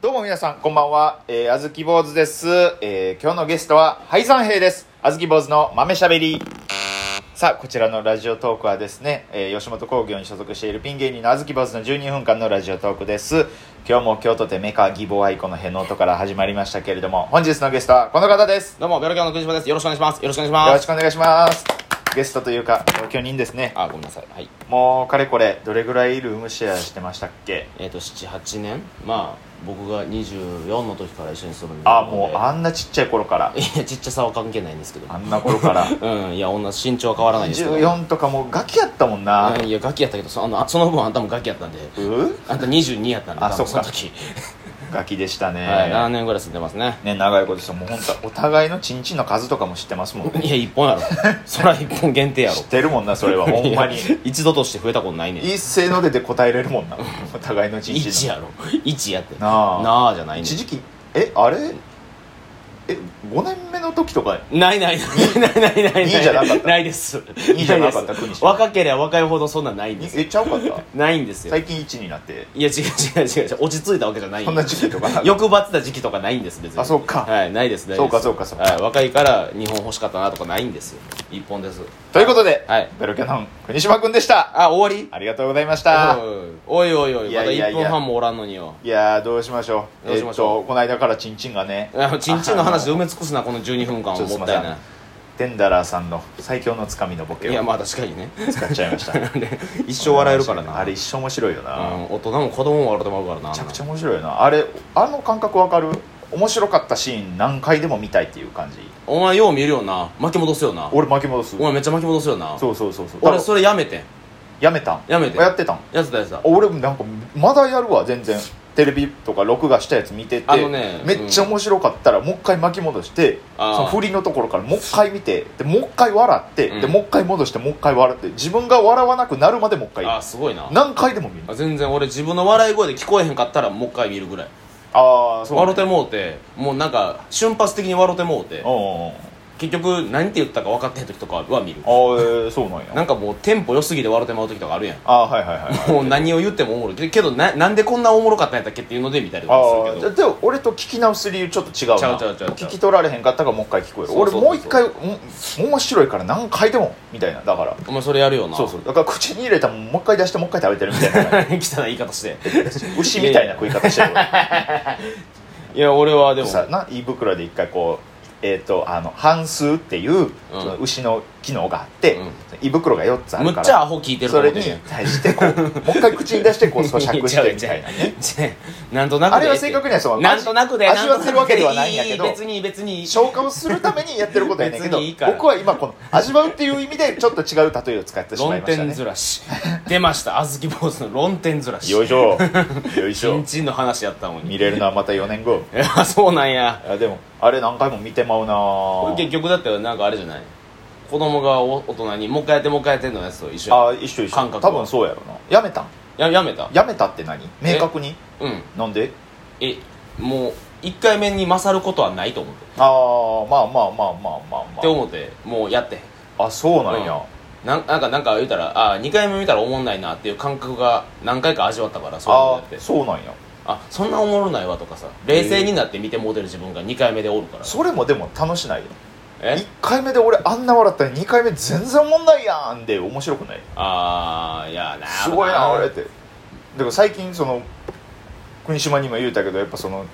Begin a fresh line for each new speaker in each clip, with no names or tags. どうも皆さん、こんばんは。えー、あずき坊主です。えー、今日のゲストは、ハイサンヘイです。あずき坊主の豆しゃべり。さあ、こちらのラジオトークはですね、えー吉本興業に所属しているピン芸人のあずき坊主の12分間のラジオトークです。今日も京都でメカ義母愛子のへの音から始まりましたけれども、本日のゲストはこの方です。
どうも、ベロキャンの国島です。よろしくお願いします。よろしくお願い
よ
し
ろ
ま
し
す。
くお願いします。ゲストというか、同居人ですね。
あ、ごめんなさい。はい。
もう、かれこれ、どれぐらいルームシェアしてましたっけ
えっ、と、7、8年まあ、僕が24の時から一緒に住むんで。
あ、もう、
あ
あんなちっちゃい頃から。
いや、ちっちゃさは関係ないんですけど。
あんな頃から。
うん、いや、女、身長は変わらないですけど。
14とかもうガキやったもんな。
うんいや、ガキやったけど、そあのあその分あんたもガキやったんで。
う
あんた22やったんで、
あ
多分
そっか
の時。
ガキでしたね。
はい、7年ぐらい住んでますね。
ね、長いことしてもう本当お互いのチンチンの数とかも知ってますもんね。
いや、1本やろ。そら1本限定やろ
知っ。てるもんな、それは。ほんまに
い。や一度として増えたことないねん。
一斉の出て答えれるもんな。お互いのチンチ
1
ンの。
やろ。1やって。
なあ
なあじゃないねん
一時期、え、あれえ、5年目の時とか、
ないないないないないないない
いいじゃなかった
ないです
いいじゃなかった国
です
島
若ければ若いほどそんなんないんですよ
え、ちゃうかった
ないんですよ
最近1になって。
いや違う違う違う違う落ち着いたわけじゃない
そんな時期とかなかった
欲張ってた時期とかないんです別に
あそうか
はいないですないです
そうかそうかそうか
はい、若いから日本欲しかったなとかないんですよ一本です
ということで、
はい
ベロキャノン、国島くんでした。
あ終わり
ありがとうございました。
おいおいおい
い
ま
や
だ
いやいや
1分半もおらんのによ
いやー、どうしましょう。
どうしましょう
えっと、この間からチンチンがね、
あのちんちんの話で埋め尽くすなこの12分間は
ちょっと
も
すい
っ
ま
た
せ
い
ん
な
テンダラーさんの最強のつかみのボケ
いや
を
まあ確か にね
使っちゃいました。
一生笑えるからな
あれ一生面白いよな、め
うん、大人も子供も笑ってまうからな
ちゃくちゃ面白いよなあれあの感覚わかる面白かったシーン何回でも見たいっていう感じ
お前よう見るよな巻き戻すよな
俺巻き戻す
お前めっちゃ巻き戻すよな
そうそうそうそう
俺それやめてん
やめたん
やめて
やってたん
やつだやつだ
俺なんかまだやるわ全然テレビとか録画したやつ見てて
あのね
めっちゃ面白かったらもう一回巻き戻してそ
あー
の振りのところからもう一回見てでもう一回笑って、
うん
でもう一回戻してもう一回笑って自分が笑わなくなるまでもう一回
あすごいな
何回でも見る
あ全然俺自分の笑い声で聞こえへんかったらもう一回見るぐらい
ああそう
笑うてもうてもうなんか瞬発的に笑うてもうて
おう
結局何て言ったか分かってへん時とかは見る
おうあーえーそうなんや
なんかもうテンポ良すぎて笑うてまう時とかあるやん
あーはいはいはい、はい、
もう何を言ってもおもろいけけどななんでこんなおもろかったんやったっけっていうので見たりとか
あ
する
あ
けど
でも俺と聞き直す理由ちょっと違うな
ちゃうちゃうちゃうちゃ
聞
う
き取られへんかったからもう一回聞こえる
そうそうそうそう
俺もう一回ん面白いから何回でもみたいなだから
お前それやるよな
そうそうだから口に入れたもんもう一回出してもう一回食べてるみたいな感
汚い言い方 して
じ牛みたいな食い方してる俺
いや俺 はでも
さな胃袋で一回こうえっ、とあの半数っていう、その牛の機能があって、
うん
胃袋が4つあ
む
るか
っちゃア
ら
ホ聞いてると
そ
思
れ
うて
に
んやん
対して こうもう一回口に出してこう咀嚼してみたいなね
なんとなく
あれは正確にはその
なんとなくで
味味わってるわけではないんやけど
いい別に別にいい
消化をするためにやってることやねんけど
別にいいから
僕は今この味わうっていう意味でちょっと違う例えを使ってしまいまし
論
た
点
ね
ずらし出ましたあずき坊主の論点ずらし
よいしょよいし
ち
ょ
んちんの話やったのに
見れるのはまた4年後
いやそうなんや
あでもあれ何回も見てまうな
これ結局だってなんかあれじゃない子供がお大人にもう一回やってもう一回やってんのやつと一緒や
あ一緒一緒
感覚
多
は
分そうやろなやめたん
ややめた
やめたって何明確に
うん
なんで
えもう一回目に勝ることはないと思って
ああまあまあまあまあまあまあ
って思ってもうやってへん
あそうなんや、
なんなんかなんか言うたらあ2回目見たらおもんないなっていう感覚が何回か味わったからそういうの
あ
やって
ーそうなんや
あそんなおもろないわとかさ冷静になって見てモデル自分が2回目でおるから
それもでも楽しないよ
え
1回目で俺あんな笑ったら2回目全然問題やんで面白くない
ああいやな
すごいな俺ってでも最近その国島にも言うたけどやっぱその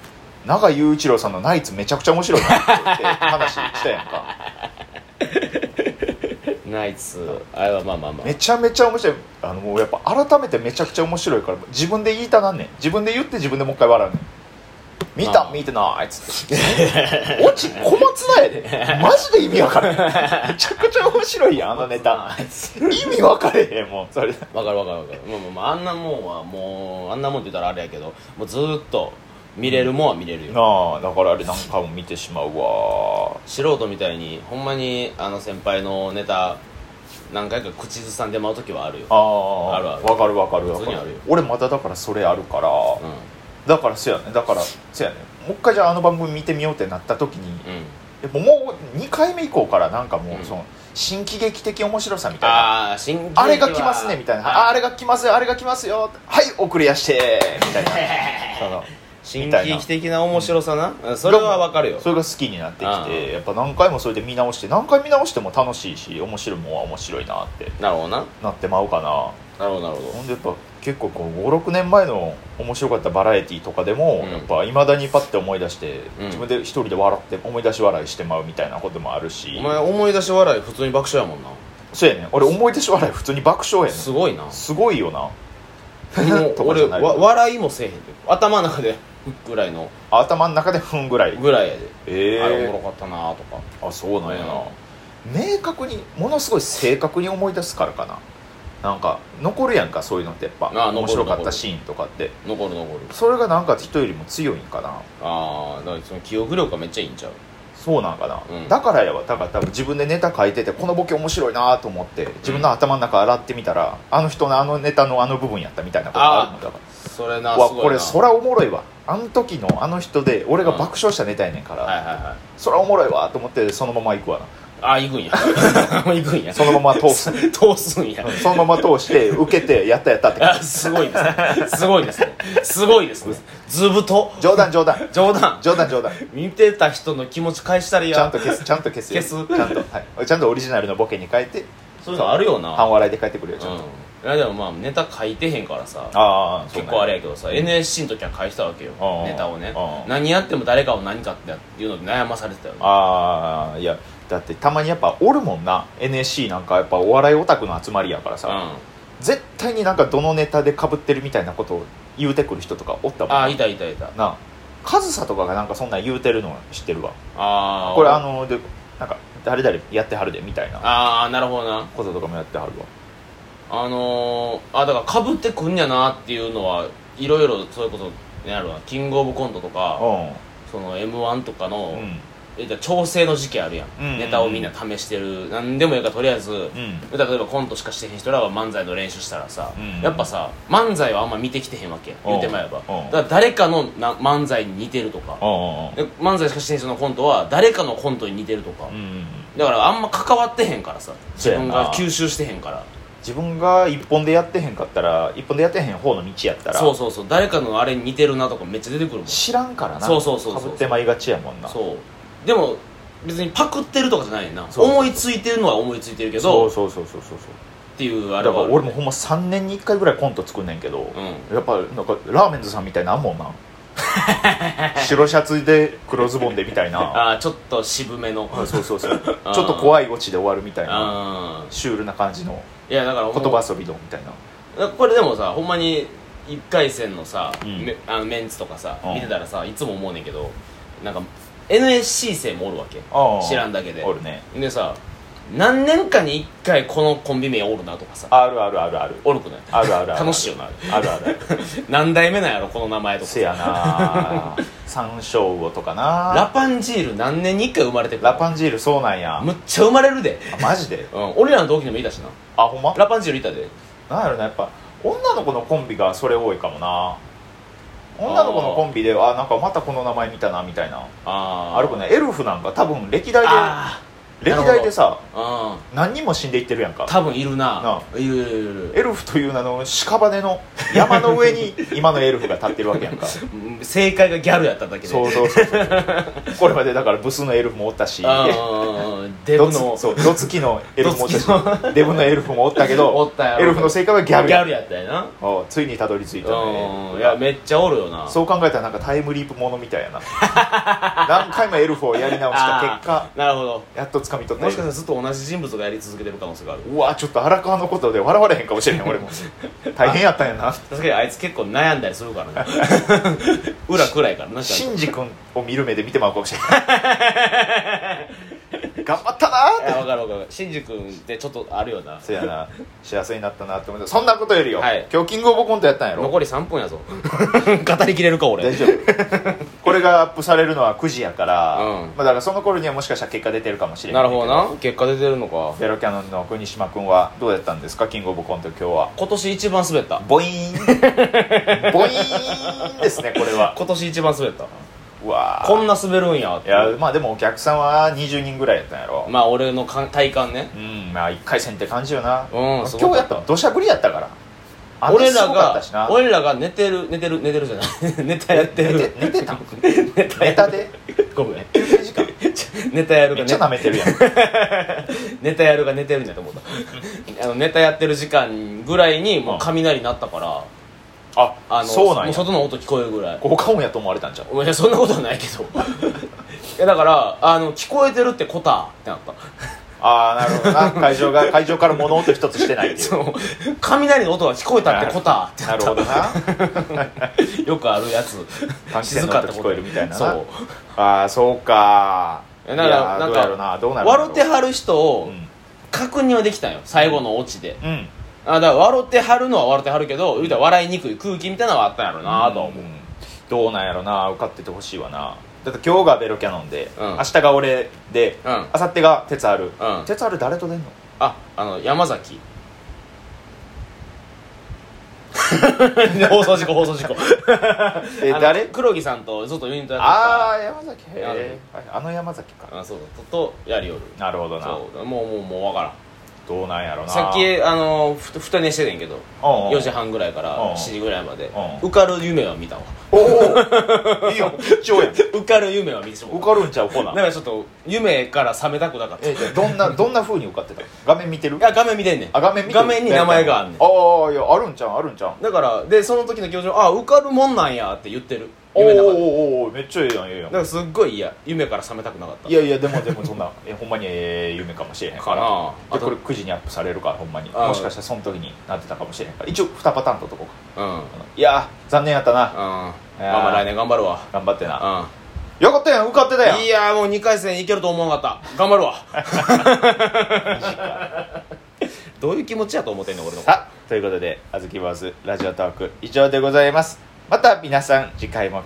永井雄一郎さんの「ナイツ」めちゃくちゃ面白いなって話したやんか
ナイツあれはまあまあまあ
めちゃめちゃ面白いあのもうやっぱ改めてめちゃくちゃ面白いから自分で言いたなんねん自分で言って自分でもう一回笑うねん見た
あ
見てないっつってオチ小松菜やでマジで意味わからへんめちゃくちゃ面白いやんあのネタ
ナイツ
意味わかれへんもうそれ
わかるわかるわかるまあまあまああんなもんはもうあんなもんって言ったらあれやけどもうずーっと見れるもんは見れるよ
なあだからあれ何回も見てしまうわ
素人みたいにほんまにあの先輩のネタ何回か口ずさんでまう時はあるよ
ああ
あるある
わかるわかるわ
普
か
通
る
にあるよ
俺まただからそれあるから、
うんうん
だからせやねだからせやねもう一回じゃああの番組見てみようってなった時に、やっぱもう2回目以降からなんかもう、
うん
その新喜劇的面白さみたいなあ
ああ新喜劇は
れが来ます ねみたいなああれが来ますよあれが来ますよはい遅れやしてみたいなその
新
みたい
喜
な
劇的な面白さな、うんそれはわかるよ
それが好きになってき
う
て
ん
やっぱ何回もそれで見直して何回見直しても楽しいし面白いもんは面白いなって
なるほどな
なってまうかな
なるほどなるほ
ほんでやっぱ結構こう56年前の面白かったバラエティとかでも、
うん
やっぱいまだにパッて思い出して、
うん
自分で一人で笑って思い出し笑いしてまうみたいなこともあるし
どお前思い出し笑い普通に爆笑やもんな
そうやねん俺思い出し笑い普通に爆笑やね
す
ん
ごいな
すごいよな
もう
とかじ
俺
ゃない
わ笑いもせえへんで頭の中でぐらいの
頭の中でふんぐらい
ぐらいやで、
え
あれおも
え
ろかったなとか
あそうなんやな、明確にものすごい正確に思い出すからかななんか残るやんかそういうのってやっぱ
あ
面
残る
白かったシーンとかって
残る残る
それがなんか人よりも強いんかな
ああだからその記憶力がめっちゃいいんちゃう
そうなんかな、
うん
だからやわだから多分自分でネタ書いててこのボケ面白いなと思って自分の頭の中洗ってみたら、あの人のあのネタのあの部分やったみたいなことがあるのだか
それ
ら
なす
わ
ごいな
これそらおもろいわあの時のあの人で俺が爆笑したネタやねんから、
はいはいはい
そらおもろいわと思ってそのまま行くわ
ああ行 くんや行くんや
なそのまま通す
通すんや
うんそのまま通 して受けてやったやったって感
あすごいですねすごいですねすごいですねずぶと
じ冗談冗談
冗談
冗談冗談
見てた人の気持ち返したり
ちゃん
や
と消すちゃんと消すよ
消す
ちゃんと、はい、ちゃんとオリジナルのボケに変えて
そういうのあるよな
半笑いで変えてくれよちゃんと、
うんいやでもまあネタ書いてへんからさ
ああ
結構あれ
や
やけどさ NSC の時は返したわけよ
ああ
ネタをね
ああ
何やっても誰かを何かっていうので悩まされてたよね
ああいやだってたまにやっぱおるもんな NSC なんかやっぱお笑いオタクの集まりやから
うん
さ、絶対になんかどのネタでかぶってるみたいなことを言うてくる人とかおったもん
ああいたいたいた
なあ上総とかがなんかそんなん言うてるの知ってるわ
ああ
これあのでなんか誰々やってはるでみたいな
ああなるほどな
こととかもやってはるわ
あのー、あだからかぶってくんやなっていうのはいろいろそういうことやるわキングオブコントとかその m 1とか
う
の
ん、うん
えじゃあ調整の時期あるやん、
うんうんうん
ネタをみんな試してる何でもいいからとりあえず、
ん
例えばコントしかしてへん人らは漫才の練習したらさ、
うん
やっぱさ漫才はあんま見てきてへんわけやん言うてまえば
うん
だから誰かのな漫才に似てるとか
あ
で漫才しかしてへん人のコントは誰かのコントに似てるとか、
うん
だからあんま関わってへんからさ自分
そうや
が
な
吸収してへんから
自分が一本でやってへんかったら一本でやってへん方の道やったら
そうそうそう誰かのあれに似てるなとかめっちゃ出てくるもんそ
知らんからな
そうそうそうそう
かぶってまいがちやもんな
うでも別にパクってるとかじゃないねんな
そう
思いついてるのは思いついてるけ
そ
ど
うそうそうそうそうそう
っていうあ
だか
れ
ら
はある
俺もほんま3年に1回ぐらいコント作んねんけど、やっぱなんかラーメンズさんみたいなんもんな 白シャツで黒ズボンでみたいな
ああーちょっと渋めの
あそうそうそうちょっと怖いオチで終わるみたいな
あ
シュールな感じの
ーいやだから
言葉遊びのみたいな
これでもさほんまに1回戦のさ、
うん
めあのメンツとかさ、
うん
見てたらさいつも思うねんけどなんか NSC 生もおるわけ
あー
知らんだけで
おるね
でさ何年かに1回このコンビ名おるなとかさ
あるあるあるある
おるくない
あるあるある
楽しいよなあれ
あるあるある
何代目なんやろこの名前とか
せや な山椒魚とかな
ラパンジール何年に1回生まれてくる
ラパンジールそうなんや
むっちゃ生まれるで、
あマジで
うん、俺らの同期でもいたしな
あほんま
ラパンジールいたで
なんやろなやっぱ女の子のコンビがそれ多いかもな女の子のコンビであなんかまたこの名前見たなみたいな
ああ
あるくないエルフなんか多分歴代
あ
で
な
歴
るほど
代でさ
あ
何人も死んでいってるやんか
多分いるな
な
ないるいるいる
エルフという名の屍の山の上 に今のエルフが立ってるわけやんか
うん正解がギャルやっただけで
そうそうそうそうこれまでだからブスのエルフもおったし
あーデブ
どつ
の
そうどつきのエルフもおったし
どつ
デブのエルフもおったけ
お
ど
ったやろ
エルフの正解はギャル
ギ
や
ャルやったよな
おうついにたどり着いた
うん
ね
いやめっちゃおるよな
そう考えたらなんかタイムリープものみたい やな何回もエルフをやり直した結果
あーなるほど
やっと掴み取った
もしかしたらずっと同じ人物がやり続けてる可能性がある
うわちょっと荒川のことで笑われへんかもしれへん 俺も大変やったんやな
確かにあいつ結構悩んだりする からね裏暗いからなちゃん
シ
と
ンジ君を見る目で見てまうかもしれない 頑張ったなー
い
って
やわかるわかるシンジ君ってちょっとあるよな
そやな幸せになったなって思ってそんなことよりよ、
はい
今日キングオブコントやったんやろ
残り3分やぞ 語りきれるか俺
大丈夫これがアップされるのは9時やから、
うん
まあ、だからその頃にはもしかしたら結果出てるかもしれない
なるほどな結果出てるのか
ベロキャノンの国島君はどうやったんですかキングオブコント今日は
今年一番滑った
ボイ ーンボイーンですねこれは
今年一番滑った
うわー
こんな滑るんやって
いやまあでもお客さんは20人ぐらいやったんやろ
まあ俺のか体感ね
うんまあ1回戦って感じよな、
うん
今
す
日
ごか
や
っ
ったたの土砂降りやったからあれ
俺
す
ら
ごかっ
が
たしな
俺らが寝てる寝てる寝てるじゃない ネタやってる
寝て寝てた
ネタや
ネタで
ごめん
休憩時間
ちょ ネタやる
め
が
っちゃ
ね
舐めて るやん
ネタやるが寝てるんやと思った あのネタやってる時間ぐらいにもう雷鳴ったから
あ
あの
そうなん
もう
や
外の音聞こえるぐらい
効果音やと思われたんじゃん
お前そんなことはないけど いやだからあの聞こえてるってこたってなった
ああなるほど な会場が会場から物音一つしてないっていう
そう雷の音が聞こえたってこたって
なるほどな
よくあるやつ
換気扇の音聞こえるみたいなな
そう
ああそうか
いやだから
いや
なん
どう
か
やろうなどうなるんだろ
笑
う
ってはる人
う
を
ん
確認はできたんよ最後のオチで、
うん
あだから笑ってはるのは笑ってはるけど言うたら笑いにくい空気みたいなのはあったんやろうなとは思う、
んどうなんやろな受かっててほしいわなだって今日がベロキャノンで、
うん
明日が俺で、
うん
明後日が鉄ある、
ん
鉄ある誰と出んの
ああの山崎放送事故放送 事故
え
あの
誰
黒木さんとずっとユニットやってた
ああ山崎へえあの山崎か
あそうだととやりよる
なるほどな
そうもうもうもう分から
どうなんやろ
ん
な
さっきあのふ二寝しててんけど
お
4時半ぐらいか
うん
ら7時ぐらいまで
うん
受かる夢は見たわ
おおいいよ貴重やん受
受かる夢は見てしまう
かるんちゃうほ
だ
な
からちょっと夢から覚めたくなかった
え
い
じゃあどんなどんな風に受かってた画面見てる
や画面見てんねん
あ画面見てる
画面に名前があんねん
ああいやあるんちゃうあるんちゃう
だからでその時の表情あ受かるもんなんやって言ってる
おー
夢の中で
おーおーめっちゃええやんええや
だ
ん
からすっごい嫌夢から覚めたくなかった
いやいやでもでも そんなえほんまにええ夢かもしれへん
か
か
な
ら
あ
でこれ
と
9時にアップされるからほんまに
あー
もしかしたらその時になってたかもしれへんから一応2パターンとっとこう
うんうん
かいやー残念やったな
まあ
や
まあ来年頑張るわ
頑張ってな
う
よかったやん受かってたやん
んいやもう2回戦いけると思わなかった頑張るわ どういう気持ちやと思ってんの俺のこと
さあということで「あずき坊主ラジオトーク」以上でございますまた皆さん次回も